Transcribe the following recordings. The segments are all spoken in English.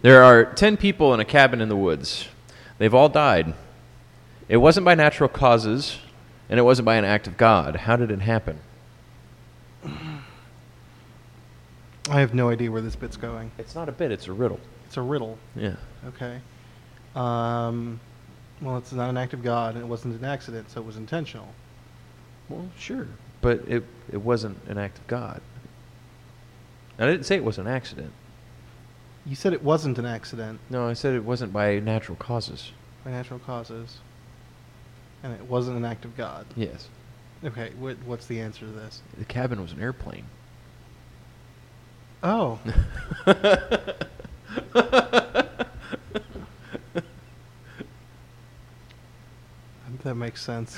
There are 10 people in a cabin in the woods. They've all died. It wasn't by natural causes, and it wasn't by an act of God. How did it happen? I have no idea where this bit's going. It's not a bit, it's a riddle. It's a riddle. Yeah. Okay. Um, well, it's not an act of God, and it wasn't an accident, so it was intentional. Well, sure. But it, it wasn't an act of God. And I didn't say it was an accident. You said it wasn't an accident No, I said it wasn't by natural causes. by natural causes, and it wasn't an act of God. Yes. Okay, what, what's the answer to this? The cabin was an airplane. Oh, that makes sense.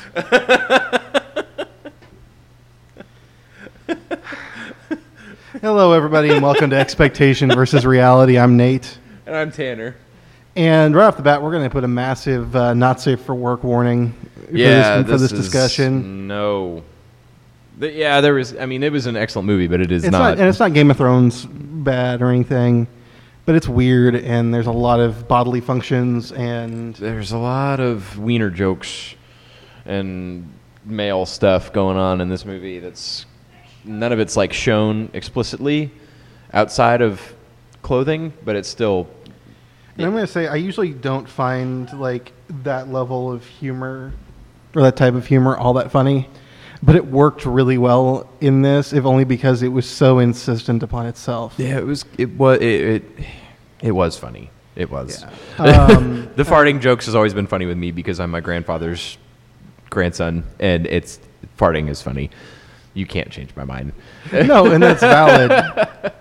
Hello, everybody, and welcome to Expectation versus Reality. I'm Nate. And I'm Tanner. And right off the bat, we're going to put a massive uh, not safe for work warning for Yeah, this, for this is- discussion. No. Th- yeah, there was. I mean, it was an excellent movie, but it is It's not. not, and it's not Game of Thrones bad or anything, but it's weird, and there's a lot of bodily functions and There's a lot of wiener jokes and male stuff going on in this movie. That's none of it's like shown explicitly outside of clothing, but it's still. And I'm going to say, I usually don't find like that level of humor or that type of humor all that funny, but it worked really well in this, if only because it was so insistent upon itself. Yeah, it was. It was. It. It, it was funny. It was. Um, the farting jokes has always been funny with me because I'm my grandfather's grandson, and it's farting is funny. You can't change my mind. no, and that's valid.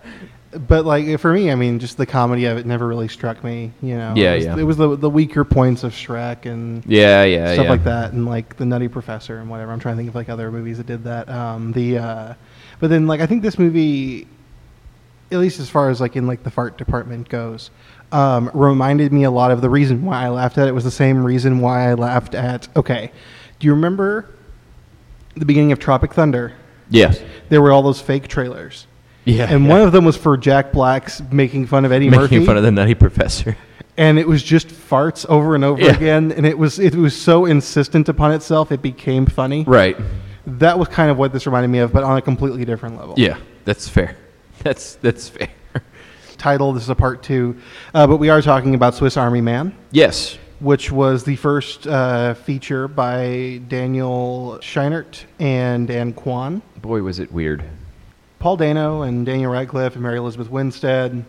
But like for me, I mean, just the comedy of it never really struck me. You know, Yeah, it was, yeah. It was the the weaker points of Shrek and Yeah, yeah, stuff yeah. like that, and like the Nutty Professor and whatever. I'm trying to think of like other movies that did that. Um, the uh, but then like I think this movie, at least as far as like in like the fart department goes, um, reminded me a lot of the reason why I laughed at it was the same reason why I laughed at. Okay, do you remember the beginning of Tropic Thunder? Yes. There were all those fake trailers. Yeah. And one of them was for Jack Black's making fun of Eddie making Murphy, fun of the nutty professor. and it was just farts over and over Yeah. again, and it was it was so insistent upon itself, it became funny. Right. That was kind of what this reminded me of, but on a completely different level. Yeah, that's fair. That's that's fair. Title: This is a part two, uh, but we are talking about Swiss Army Man, Yes. which was the first uh, feature by Daniel Scheinert and Dan Kwan. Boy, was it weird. Paul Dano and Daniel Radcliffe and Mary Elizabeth Winstead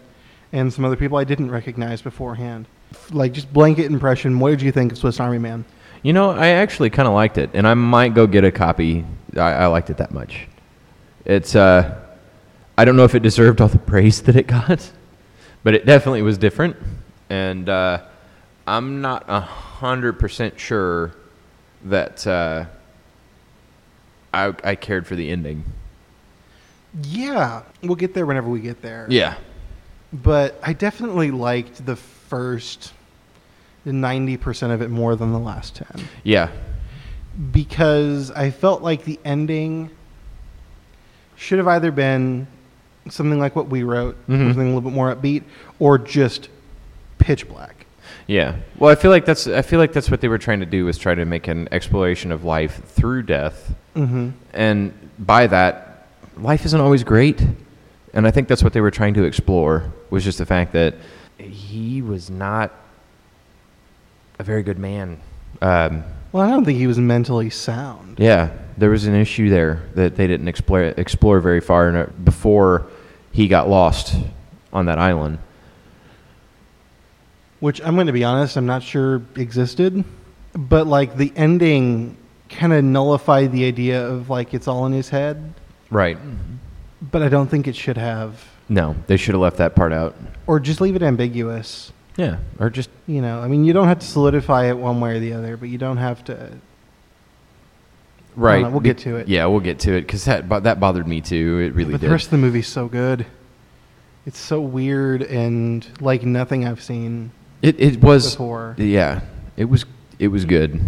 and some other people I didn't recognize beforehand. Like just blanket impression. What did you think of Swiss Army Man? You know, I actually kind of liked it, and I might go get a copy. I, I liked it that much. It's uh, I don't know if it deserved all the praise that it got, but it definitely was different, and uh, I'm not a hundred percent sure that uh, I, I cared for the ending. Yeah, we'll get there whenever we get there. Yeah. but I definitely liked the first ninety percent of it more than the last ten Yeah. because I felt like the ending should have either been something like what we wrote, Mhm. something a little bit more upbeat, or just pitch black. Yeah. Well, I feel like that's I feel like that's what they were trying to do was try to make an exploration of life through death, Mm-hmm. and by that, life isn't always great, and I think that's what they were trying to explore was just the fact that he was not a very good man. Um, Well, I don't think he was mentally sound. yeah, there was an issue there that they didn't explore explore very far and, uh, before he got lost on that island. Which I'm going to be honest, I'm not sure existed. But like the ending kind of nullified the idea of like it's all in his head. Right. But I don't think it should have, No, they should have left that part out. or just leave it ambiguous. Yeah, or just You know, I mean, you don't have to solidify it one way or the other, but you don't have to. Right. know, we'll Be- get to it. Yeah, we'll get to it because that bo- that bothered me too. It really but did. the rest of the movie's so good. It's so weird and like nothing I've seen. it it was before. yeah. It was it was good.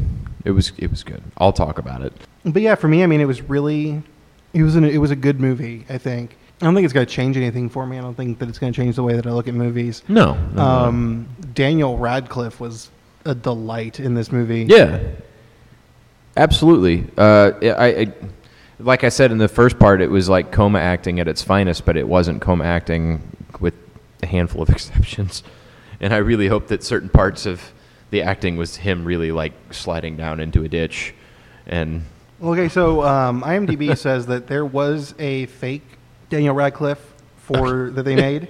It was it was good. I'll talk about it. But yeah, for me, I mean, it was really, it was an, it was a good movie. I think I don't think it's going to change anything for me. I don't think that it's going to change the way that I look at movies. No. no, no. Um, Daniel Radcliffe was a delight in this movie. Yeah, absolutely. Uh, I, I, like I said in the first part, it was like coma acting at its finest, but it wasn't coma acting with a handful of exceptions. And I really hope that certain parts of the acting was him really like sliding down into a ditch, and Okay, so um, IMDb says that there was a fake Daniel Radcliffe for that they made.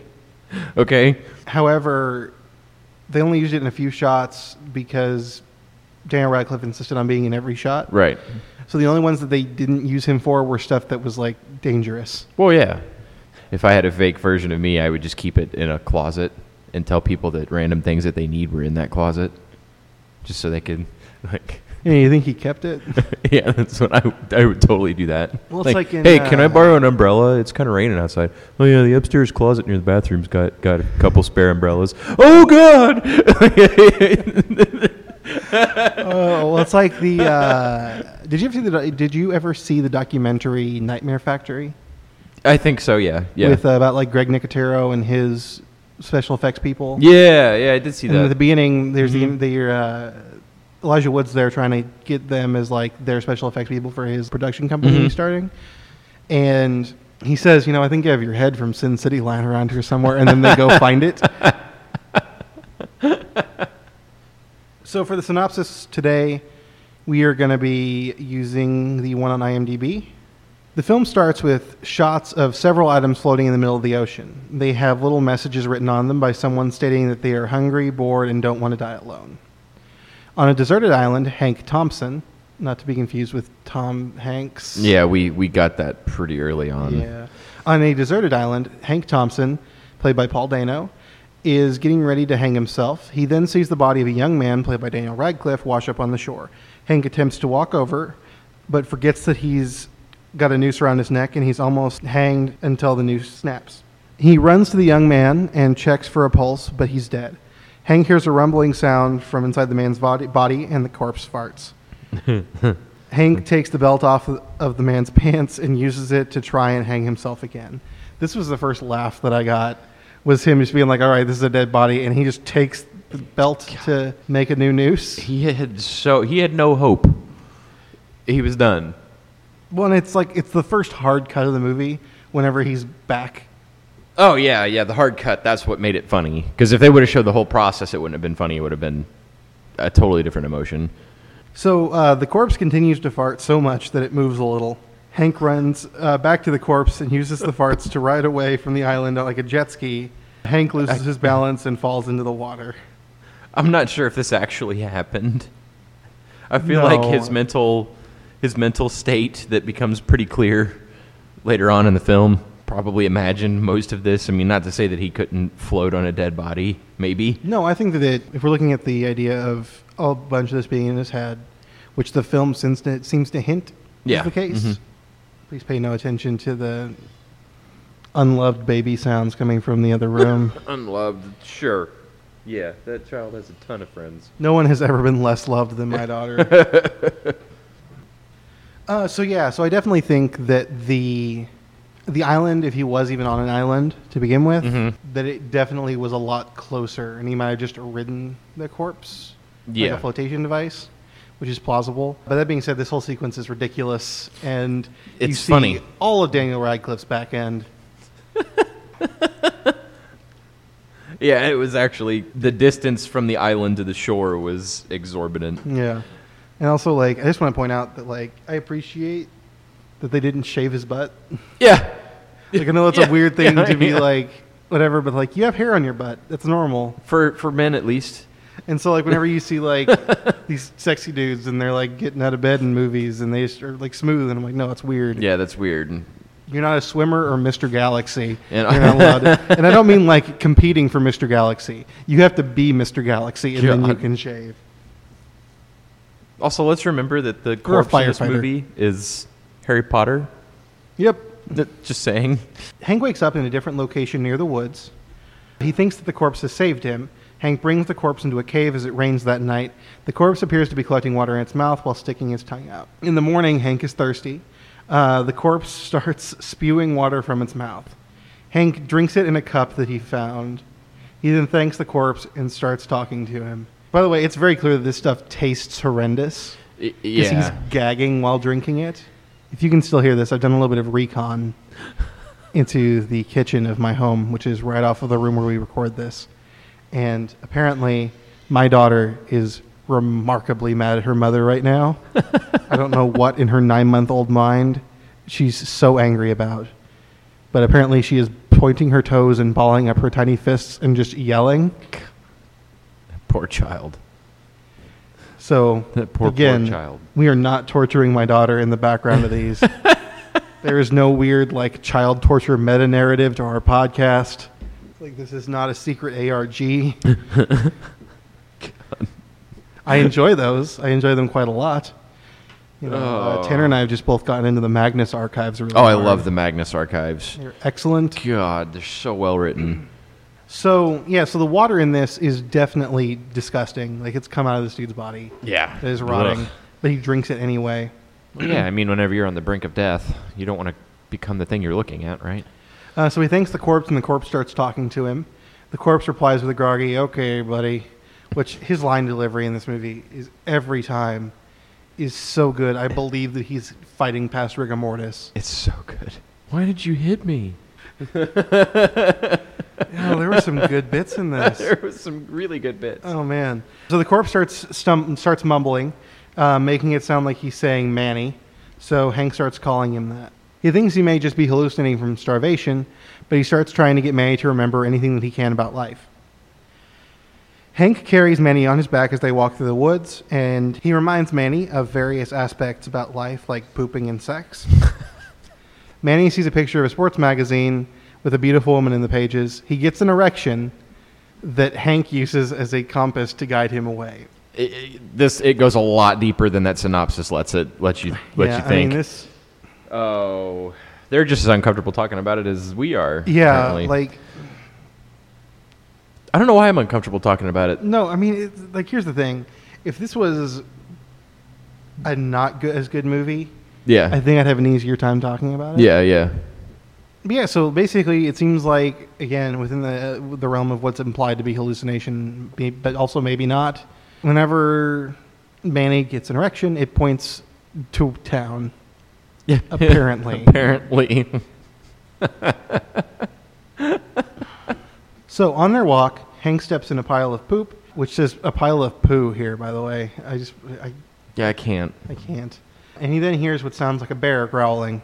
okay, However, they only used it in a few shots because Daniel Radcliffe insisted on being in every shot. right. So the only ones that they didn't use him for were stuff that was like dangerous. Well, yeah. If I had a fake version of me, I would just keep it in a closet and tell people that random things that they need were in that closet, just so they could like. Yeah, you think he kept it? yeah, that's what I, would- I would totally do that. Well, it's like in, hey, can I uh, borrow an umbrella? It's kind of raining outside. Oh yeah, the upstairs closet near the bathroom's got got a couple spare umbrellas. Oh god. Oh, well, it's like the. Uh, did you ever see the? do- Did you ever see the documentary Nightmare Factory? I think so. Yeah. Yeah. With uh, about like Greg Nicotero and his special effects people. yeah. Yeah. I did see And at the that. beginning, there's Mhm. the, the uh, Elijah Woods there trying to get them as like their special effects people for his production company Mhm. he's starting, and he says, you know, I think you have your head from Sin City lying around here somewhere, and then they go find it. so for the synopsis today, we are going to be using the one on IMDb. The film starts with shots of several items floating in the middle of the ocean. They have little messages written on them by someone stating that they are hungry, bored, and don't want to die alone. On a deserted island, Hank Thompson, not to be confused with Tom Hanks. Yeah, we we got that pretty early on. Yeah. On a deserted island, Hank Thompson, played by Paul Dano, is getting ready to hang himself. He then sees the body of a young man, played by Daniel Radcliffe, wash up on the shore. Hank attempts to walk over, but forgets that he's got a noose around his neck and he's almost hanged until the noose snaps. He runs to the young man and checks for a pulse, but he's dead. Hank hears a rumbling sound from inside the man's body, body and the corpse farts. Hank takes the belt off of the man's pants and uses it to try and hang himself again. This was the first laugh that I got was him just being like, "All right, this is a dead body," and he just takes the belt to make a new noose. He had so he had no hope. He was done. Well, and it's like it's the first hard cut of the movie. Whenever he's back, Oh yeah, yeah. The hard cut. That's what made it funny. Because if they would have showed the whole process, it wouldn't have been funny. It would have been a totally different emotion. so uh, the corpse continues to fart so much that it moves a little. Hank runs uh, back to the corpse and uses the farts to ride away from the island like a jet ski. Hank loses his balance and falls into the water. I'm not sure if this actually happened. I feel No. like his mental his mental state that becomes pretty clear later on in the film probably imagined most of this. I mean, not to say that he couldn't float on a dead body, maybe. No, I think that it, if we're looking at the idea of a bunch of this being in his head, which the film seems to, seems to hint Yeah, is the case, mhm. please pay no attention to the unloved baby sounds coming from the other room. Unloved, sure. Yeah, that child has a ton of friends. no one has ever been less loved than my daughter. uh, so yeah, so I definitely think that the the island, if he was even on an island to begin with, Mhm. that it definitely was a lot closer, and he might have just ridden the corpse. like Yeah. a flotation device, which is plausible. But that being said, this whole sequence is ridiculous, and you It's see funny. all of Daniel Radcliffe's back end. Yeah, it was actually the distance from the island to the shore was exorbitant. Yeah, and also like I just want to point out that like I appreciate that they didn't shave his butt. Yeah. Like I know it's Yeah, a weird thing yeah, to be yeah. like whatever, but like you have hair on your butt. That's normal. For for men at least. And so like whenever you see like these sexy dudes and they're like getting out of bed in movies and they just are like smooth and I'm like no, it's weird. Yeah, that's weird. You're not a swimmer or Mr. Galaxy. And- You're not allowed to- and I don't mean like competing for Mr. Galaxy. You have to be Mr. Galaxy and then you God. can shave. Also, let's remember that the Or a corpse in this firefighter. movie is Harry Potter. Yep. Th- Just saying. Hank wakes up in a different location near the woods. He thinks that the corpse has saved him. Hank brings the corpse into a cave as it rains that night. The corpse appears to be collecting water in its mouth while sticking his tongue out. In the morning, Hank is thirsty. Uh, the corpse starts spewing water from its mouth. Hank drinks it in a cup that he found. He then thanks the corpse and starts talking to him. By the way, it's very clear that this stuff tastes horrendous Y- because he's yeah. gagging while drinking it. If you can still hear this, I've done a little bit of recon into the kitchen of my home, which is right off of the room where we record this. And apparently, my daughter is remarkably mad at her mother right now. I don't know what in her nine month old mind she's so angry about. But apparently, she is pointing her toes and balling up her tiny fists and just yelling. Poor child. So That poor, poor again, child. we are not torturing my daughter in the background of these. there is no weird like child torture meta narrative to our podcast. Like this is not a secret ARG. I enjoy those. I enjoy them quite a lot. You know, uh, Oh. Tanner and I have just both gotten into the Magnus archives. Really Oh, I hard. love the Magnus archives. They're excellent. God, they're so well written. So yeah, so the water in this is definitely disgusting. Like it's come out of this dude's body. Yeah. It is rotting, Ugh. but he drinks it anyway. Yeah, I mean, whenever you're on the brink of death, you don't want to become the thing you're looking at, right? Uh, so he thanks the corpse, and the corpse starts talking to him. The corpse replies with a groggy, okay, buddy, which his line delivery in this movie is every time is so good. I believe that he's fighting past rigor mortis. It's so good. Why did you hit me? Oh, there were some good bits in this. There was some really good bits. Oh, man. So the corpse starts, stum- starts mumbling, uh, making it sound like he's saying Manny. So Hank starts calling him that. He thinks he may just be hallucinating from starvation, but he starts trying to get Manny to remember anything that he can about life. Hank carries Manny on his back as they walk through the woods, and he reminds Manny of various aspects about life, like pooping and sex. Manny sees a picture of a sports magazine with a beautiful woman in the pages. He gets an erection that Hank uses as a compass to guide him away. It- it- this it goes a lot deeper than that synopsis lets it let you let yeah, you I mean, think. this, oh, they're just as uncomfortable talking about it as we are. yeah, apparently. like, I don't know why I'm uncomfortable talking about it. no, I mean, it's, like, here's the thing. If this was a not good, as good movie, Yeah, I think I'd have an easier time talking about it. yeah, yeah. But yeah, so basically, it seems like again within the the realm of what's implied to be hallucination, be- but also maybe not. Whenever Manny gets an erection, it points to town. Yeah, Apparently. apparently. So on their walk, Hank steps in a pile of poop, which says a pile of poo here. By the way, I just I, yeah, I can't. I can't. And he then hears what sounds like a bear growling.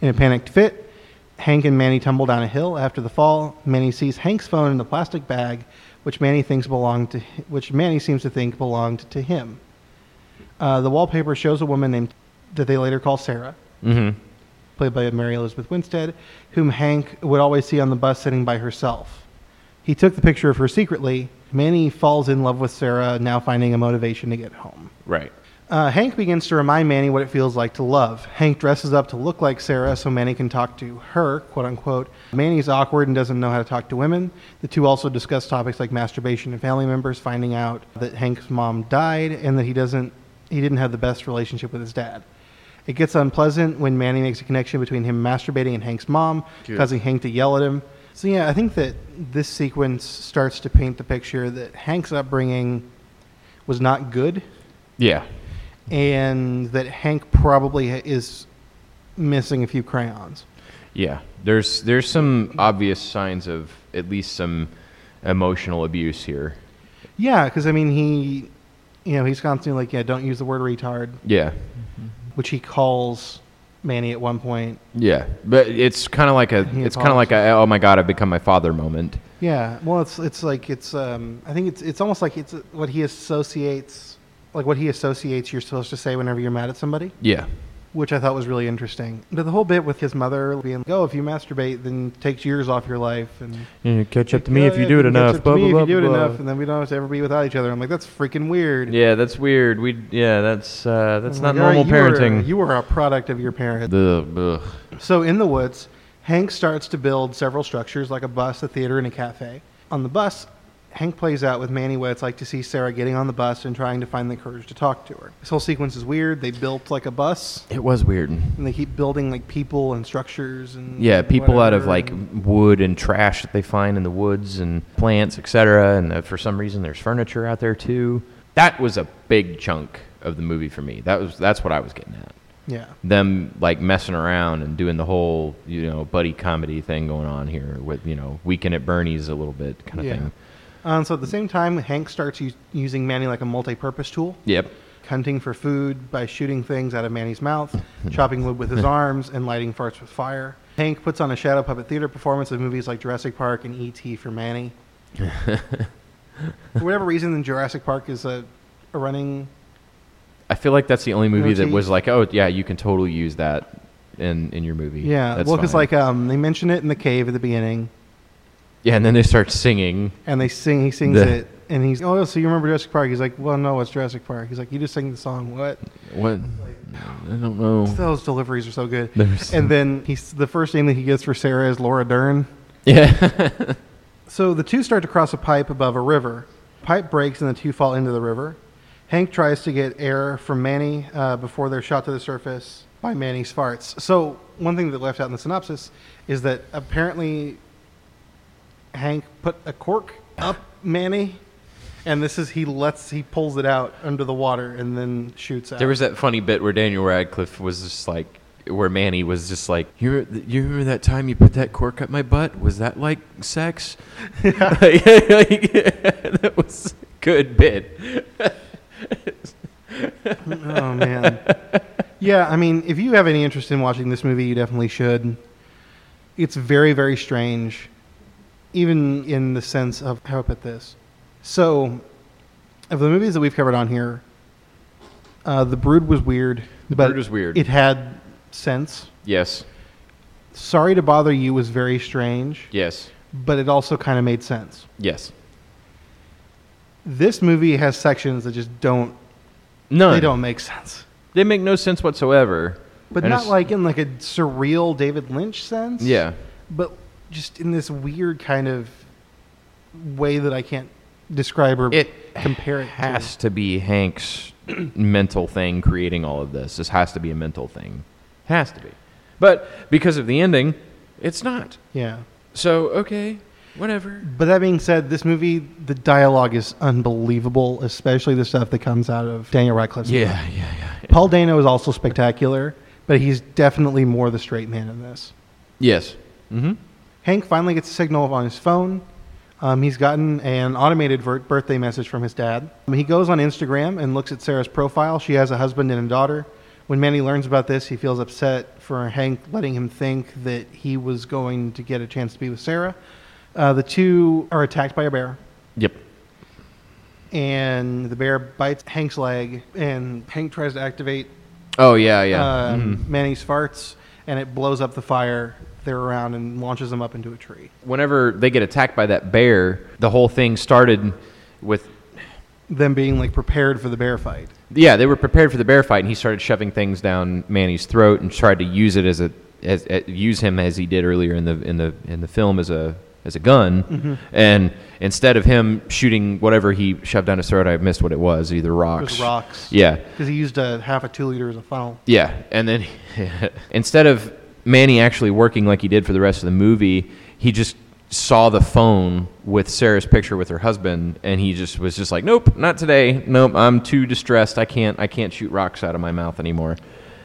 In a panicked fit, Hank and Manny tumble down a hill. After the fall, Manny sees Hank's phone in a plastic bag, which Manny thinks belonged to, which Manny seems to think belonged to him. Uh, the wallpaper shows a woman named that they later call Sarah, Mm-hmm. played by Mary Elizabeth Winstead, whom Hank would always see on the bus sitting by herself. He took the picture of her secretly. Manny falls in love with Sarah, now finding a motivation to get home. Right. Uh, Hank begins to remind Manny what it feels like to love. Hank dresses up to look like Sarah so Manny can talk to her, quote unquote. Manny's awkward and doesn't know how to talk to women. The two also discuss topics like masturbation and family members, finding out that Hank's mom died and that he doesn't he didn't have the best relationship with his dad. It gets unpleasant when Manny makes a connection between him masturbating and Hank's mom, Good. causing Hank to yell at him. So yeah, I think that this sequence starts to paint the picture that Hank's upbringing was not good Yeah. and that Hank probably ha- is missing a few crayons. Yeah. There's there's some obvious signs of at least some emotional abuse here. Yeah, because I mean he, you know, he's constantly like, yeah, don't use the word retard, Yeah. which he calls Manny at one point. Yeah. But it's kind of like a He it's kind of like a oh my god I've become my father moment. Yeah, well, it's it's like it's um, I think it's it's almost like it's what he associates, like what he associates you're supposed to say whenever you're mad at somebody. Yeah. which I thought was really interesting. But the whole bit with his mother being like, "Oh, if you masturbate, then it takes years off your life," and catch up to me if you do it enough. Catch up to me if you do it enough, and then we don't have to ever be without each other. I'm like, that's freaking weird. Yeah, that's weird. We yeah, that's uh, that's I'm not like, normal "All right, parenting. Oh You are, you are a product of your parents. Ugh, ugh. So in the woods, Hank starts to build several structures like a bus, a theater, and a cafe. On the bus, Hank plays out with Manny what it's like to see Sarah getting on the bus and trying to find the courage to talk to her. This whole sequence is weird. They built like a bus, It was weird. and they keep building like people and structures and Yeah, people out of whatever, like and- wood and trash that they find in the woods and plants, etc. And uh, for some reason, there's furniture out there too. That was a big chunk of the movie for me. That was that's what I was getting at. yeah. Them like messing around and doing the whole you know buddy comedy thing going on here with you know weekend at Bernie's a little bit kind of Yeah. thing. Um, so at the same time, Hank starts u- using Manny like a multi-purpose tool, Yep. hunting for food by shooting things out of Manny's mouth, Hmm. chopping wood with his arms, and lighting farts with fire. Hank puts on a shadow puppet theater performance of movies like Jurassic Park and E.T. for Manny. for whatever reason, then Jurassic Park is a, a running. I feel like that's the only movie that Motif. was like, oh yeah, you can totally use that in in your movie. Yeah, that's well, because fine. like um, they mention it in the cave at the beginning, yeah, and then they start singing. and they sing. He sings The- it, and he's oh, so you remember Jurassic Park? He's like, well, no, it's Jurassic Park. He's like, you just sang the song. What? What? I don't know. Those deliveries are so good. There's- And then he's the first name that he gets for Sarah is Laura Dern. Yeah. So the two start to cross a pipe above a river. Pipe breaks and the two fall into the river. Hank tries to get air from Manny uh, before they're shot to the surface by Manny's farts. So one thing that left out in the synopsis is that apparently Hank put a cork up Manny, and this is he lets he pulls it out under the water and then shoots out. There was that funny bit where Daniel Radcliffe was just like, where Manny was just like, you, re- you remember that time you put that cork up my butt? Was that like sex? Like, that was a good bit. Oh man. yeah, I mean, if you have any interest in watching this movie, you definitely should. It's very, very strange, even in the sense of how I put this. So, of the movies that we've covered on here, uh, The Brood was weird. The but Brood was weird. It had sense. Yes. Sorry to bother you was very strange, Yes. but it also kind of made sense. Yes. This movie has sections that just don't No. they don't make sense. They make no sense whatsoever. But And not it's- like in like a surreal David Lynch sense. Yeah. but just in this weird kind of way that I can't describe or It compare it has to be Hank's mental thing creating all of this. This has to be a mental thing. Has to be. But because of the ending, it's not. to. Yeah. So, okay, whatever. But that being said, this movie, the dialogue is unbelievable, especially the stuff that comes out of Daniel Radcliffe's. Yeah, yeah, yeah. Paul Dano is also spectacular, but he's definitely more the straight man in this. Yes. Mm-hmm. Hank finally gets a signal on his phone. Um, he's gotten an automated ver- birthday message from his dad. Um, he goes on Instagram and looks at Sarah's profile. She has a husband and a daughter. When Manny learns about this, he feels upset for Hank letting him think that he was going to get a chance to be with Sarah. Uh, the two are attacked by a bear, Yep. and the bear bites Hank's leg, and Hank tries to activate Oh yeah, yeah. um, Manny's farts, and it blows up the fire they're around and launches them up into a tree. Whenever they get attacked by that bear, the whole thing started with them being like prepared for the bear fight. yeah, they were prepared for the bear fight, and he started shoving things down Manny's throat and tried to use it as a as, a- use him as he did earlier in the in the in the film as a as a gun. And instead of him shooting whatever he shoved down his throat, I missed what it was, either rocks. rocks. Yeah. Because he used a half a two liter as a funnel. Yeah, and then instead of Manny actually working like he did for the rest of the movie, he just saw the phone with Sarah's picture with her husband, and he just was just like, "Nope, not today. Nope, I'm too distressed. I can't. I can't shoot rocks out of my mouth anymore."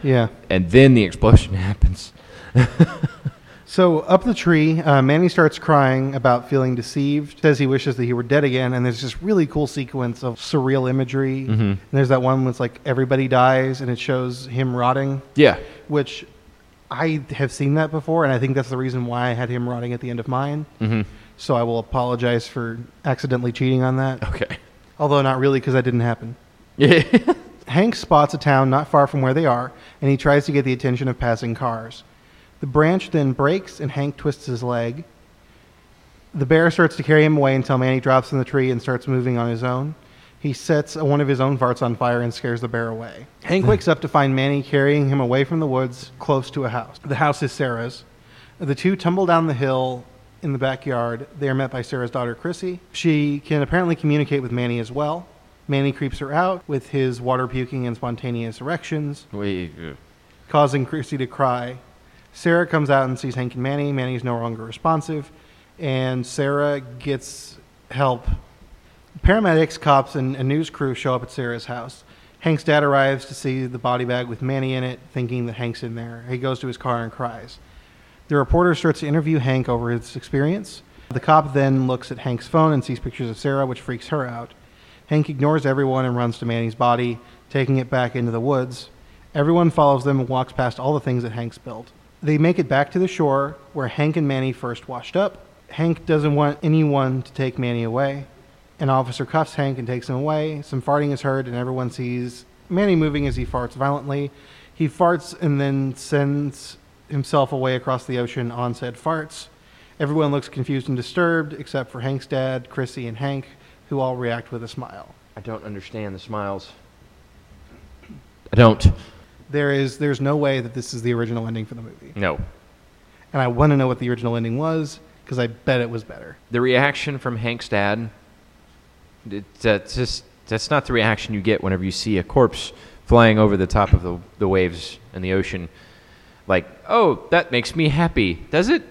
Yeah. And then the explosion happens. So up the tree, uh, Manny starts crying about feeling deceived. Says he wishes that he were dead again. And there's this really cool sequence of surreal imagery. And there's that one that's like everybody dies, and it shows him rotting, Yeah, which I have seen that before, and I think that's the reason why I had him rotting at the end of mine. Mm-hmm. So I will apologize for accidentally cheating on that, Okay. although not really because that didn't happen. Hank spots a town not far from where they are, and he tries to get the attention of passing cars. The branch then breaks, and Hank twists his leg. The bear starts to carry him away until Manny drops in the tree and starts moving on his own. He sets one of his own farts on fire and scares the bear away. Hank wakes up to find Manny carrying him away from the woods close to a house. The house is Sarah's. The two tumble down the hill in the backyard. They are met by Sarah's daughter, Chrissy. She can apparently communicate with Manny as well. Manny creeps her out with his water puking and spontaneous erections, We, uh, causing Chrissy to cry. Sarah comes out and sees Hank and Manny. Manny is no longer responsive, and Sarah gets help. Paramedics, cops, and a news crew show up at Sarah's house. Hank's dad arrives to see the body bag with Manny in it, thinking that Hank's in there. He goes to his car and cries. The reporter starts to interview Hank over his experience. The cop then looks at Hank's phone and sees pictures of Sarah, which freaks her out. Hank ignores everyone and runs to Manny's body, taking it back into the woods. Everyone follows them and walks past all the things that Hank's built. They make it back to the shore where Hank and Manny first washed up. Hank doesn't want anyone to take Manny away. An officer cuffs Hank and takes him away. Some farting is heard, and everyone sees Manny moving as he farts violently. He farts and then sends himself away across the ocean on said farts. Everyone looks confused and disturbed, except for Hank's dad, Chrissy, and Hank, who all react with a smile. I don't understand the smiles. I don't. There is there's no way that this is the original ending for the movie, No. and I want to know what the original ending was because I bet it was better. The reaction from Hank's dad, it, that's just that's not the reaction you get whenever you see a corpse flying over the top of the, the waves in the ocean. Like, oh, that makes me happy. Does it?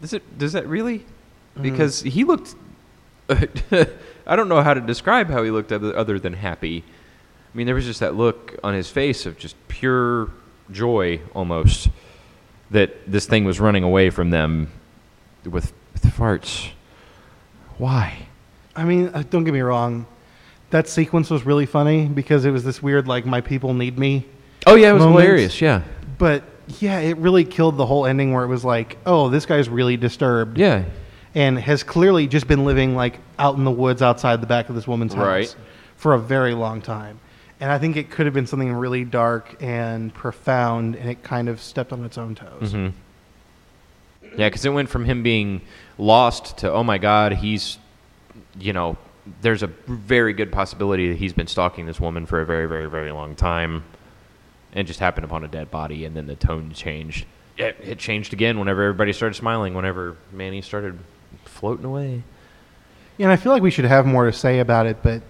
Does it? Does that really? Because he looked. I don't know how to describe how he looked other other than happy. I mean, there was just that look on his face of just pure joy, almost, that this thing was running away from them with, with farts. Why? I mean, uh, don't get me wrong, that sequence was really funny because it was this weird like my people need me, Oh yeah, it was Moments. hilarious. Yeah, but yeah, it really killed the whole ending where it was like, oh, this guy's really disturbed. yeah. and has clearly just been living like out in the woods outside the back of this woman's house Right. for a very long time. And I think it could have been something really dark and profound, and it kind of stepped on its own Mm-hmm. toes. Yeah, because it went from him being lost to oh my god, he's, you know, there's a very good possibility that he's been stalking this woman for a very, very, very long time, and just happened upon a dead body, and then the tone changed. It, it changed again whenever everybody started smiling. Whenever Manny started floating away. And I feel like we should have more to say about it, but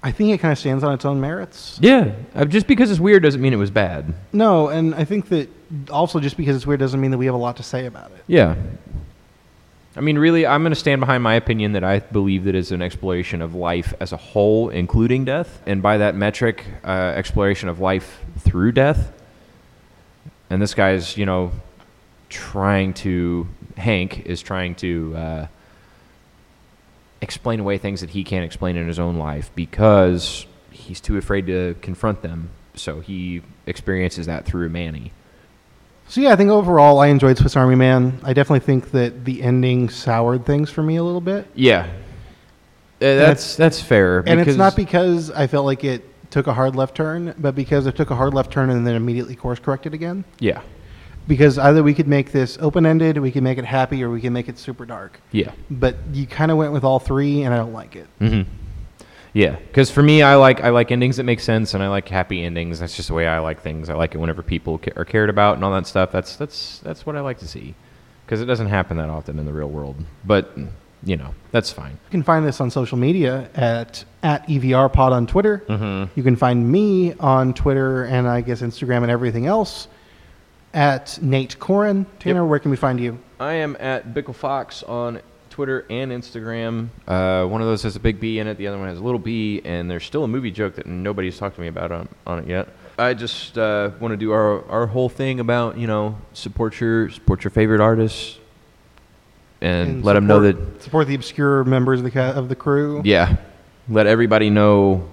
I think it kind of stands on its own merits. Yeah, Uh, just because it's weird doesn't mean it was bad. No, and I think that also just because it's weird doesn't mean that we have a lot to say about it. Yeah. I mean, really, I'm going to stand behind my opinion that I believe that it's an exploration of life as a whole, including death, and by that metric, uh, exploration of life through death. And this guy's, you know, trying to Hank is trying to uh, explain away things that he can't explain in his own life because he's too afraid to confront them. So he experiences that through Manny. So yeah, I think overall I enjoyed Swiss Army Man. I definitely think that the ending soured things for me a little bit. Yeah, Uh, that's that's fair. and it's because- not because I felt like it took a hard left turn, but because it took a hard left turn and then immediately course corrected again. yeah, Because either we could make this open ended, we could make it happy, or we can make it super dark. yeah, But you kind of went with all three, and I don't like it. hmm yeah. Because for me, I like I like endings that make sense, and I like happy endings. That's just the way I like things. I like it whenever people ca- are cared about and all that stuff. That's that's that's what I like to see, because it doesn't happen that often in the real world. But you know, that's fine. You can find this on social media at at E EVRPod on Twitter. Mm-hmm. You can find me on Twitter and I guess Instagram and everything else at Nate Corin. Tanner, where can we find you? I am at Bickle Fox on Twitter and Instagram. Uh, one of those has a big B in it, the other one has a little B, and there's still a movie joke that nobody's talked to me about on, on it yet. I just uh, want to do our, our whole thing about you know support your support your favorite artists and, let them know that support- support the obscure members of the ca- of the crew. yeah, let everybody know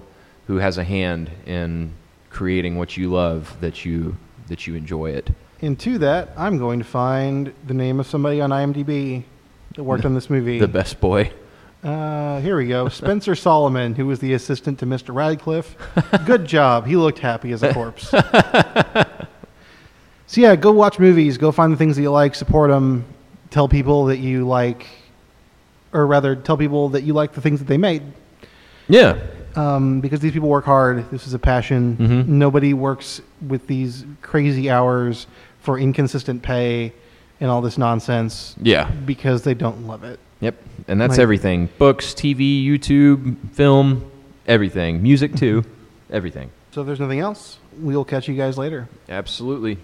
who has a hand in creating what you love that you that you enjoy it. And to that, I'm going to find the name of somebody on IMDb that worked on this movie. The best boy. Uh, here we go. Spencer Solomon, who was the assistant to Mr. Radcliffe. Good job. He looked happy as a corpse. so, yeah, go watch movies. Go find the things that you like. Support them. Tell people that you like, or rather, tell people that you like the things that they made. Yeah. Um, because these people work hard. This is a passion. Mhm. Nobody works with these crazy hours for inconsistent pay and all this nonsense Yeah. because they don't love it. Yep. And that's Like- everything books, TV, YouTube, film, everything, music too, everything. So if there's nothing else, we'll catch you guys later. Absolutely.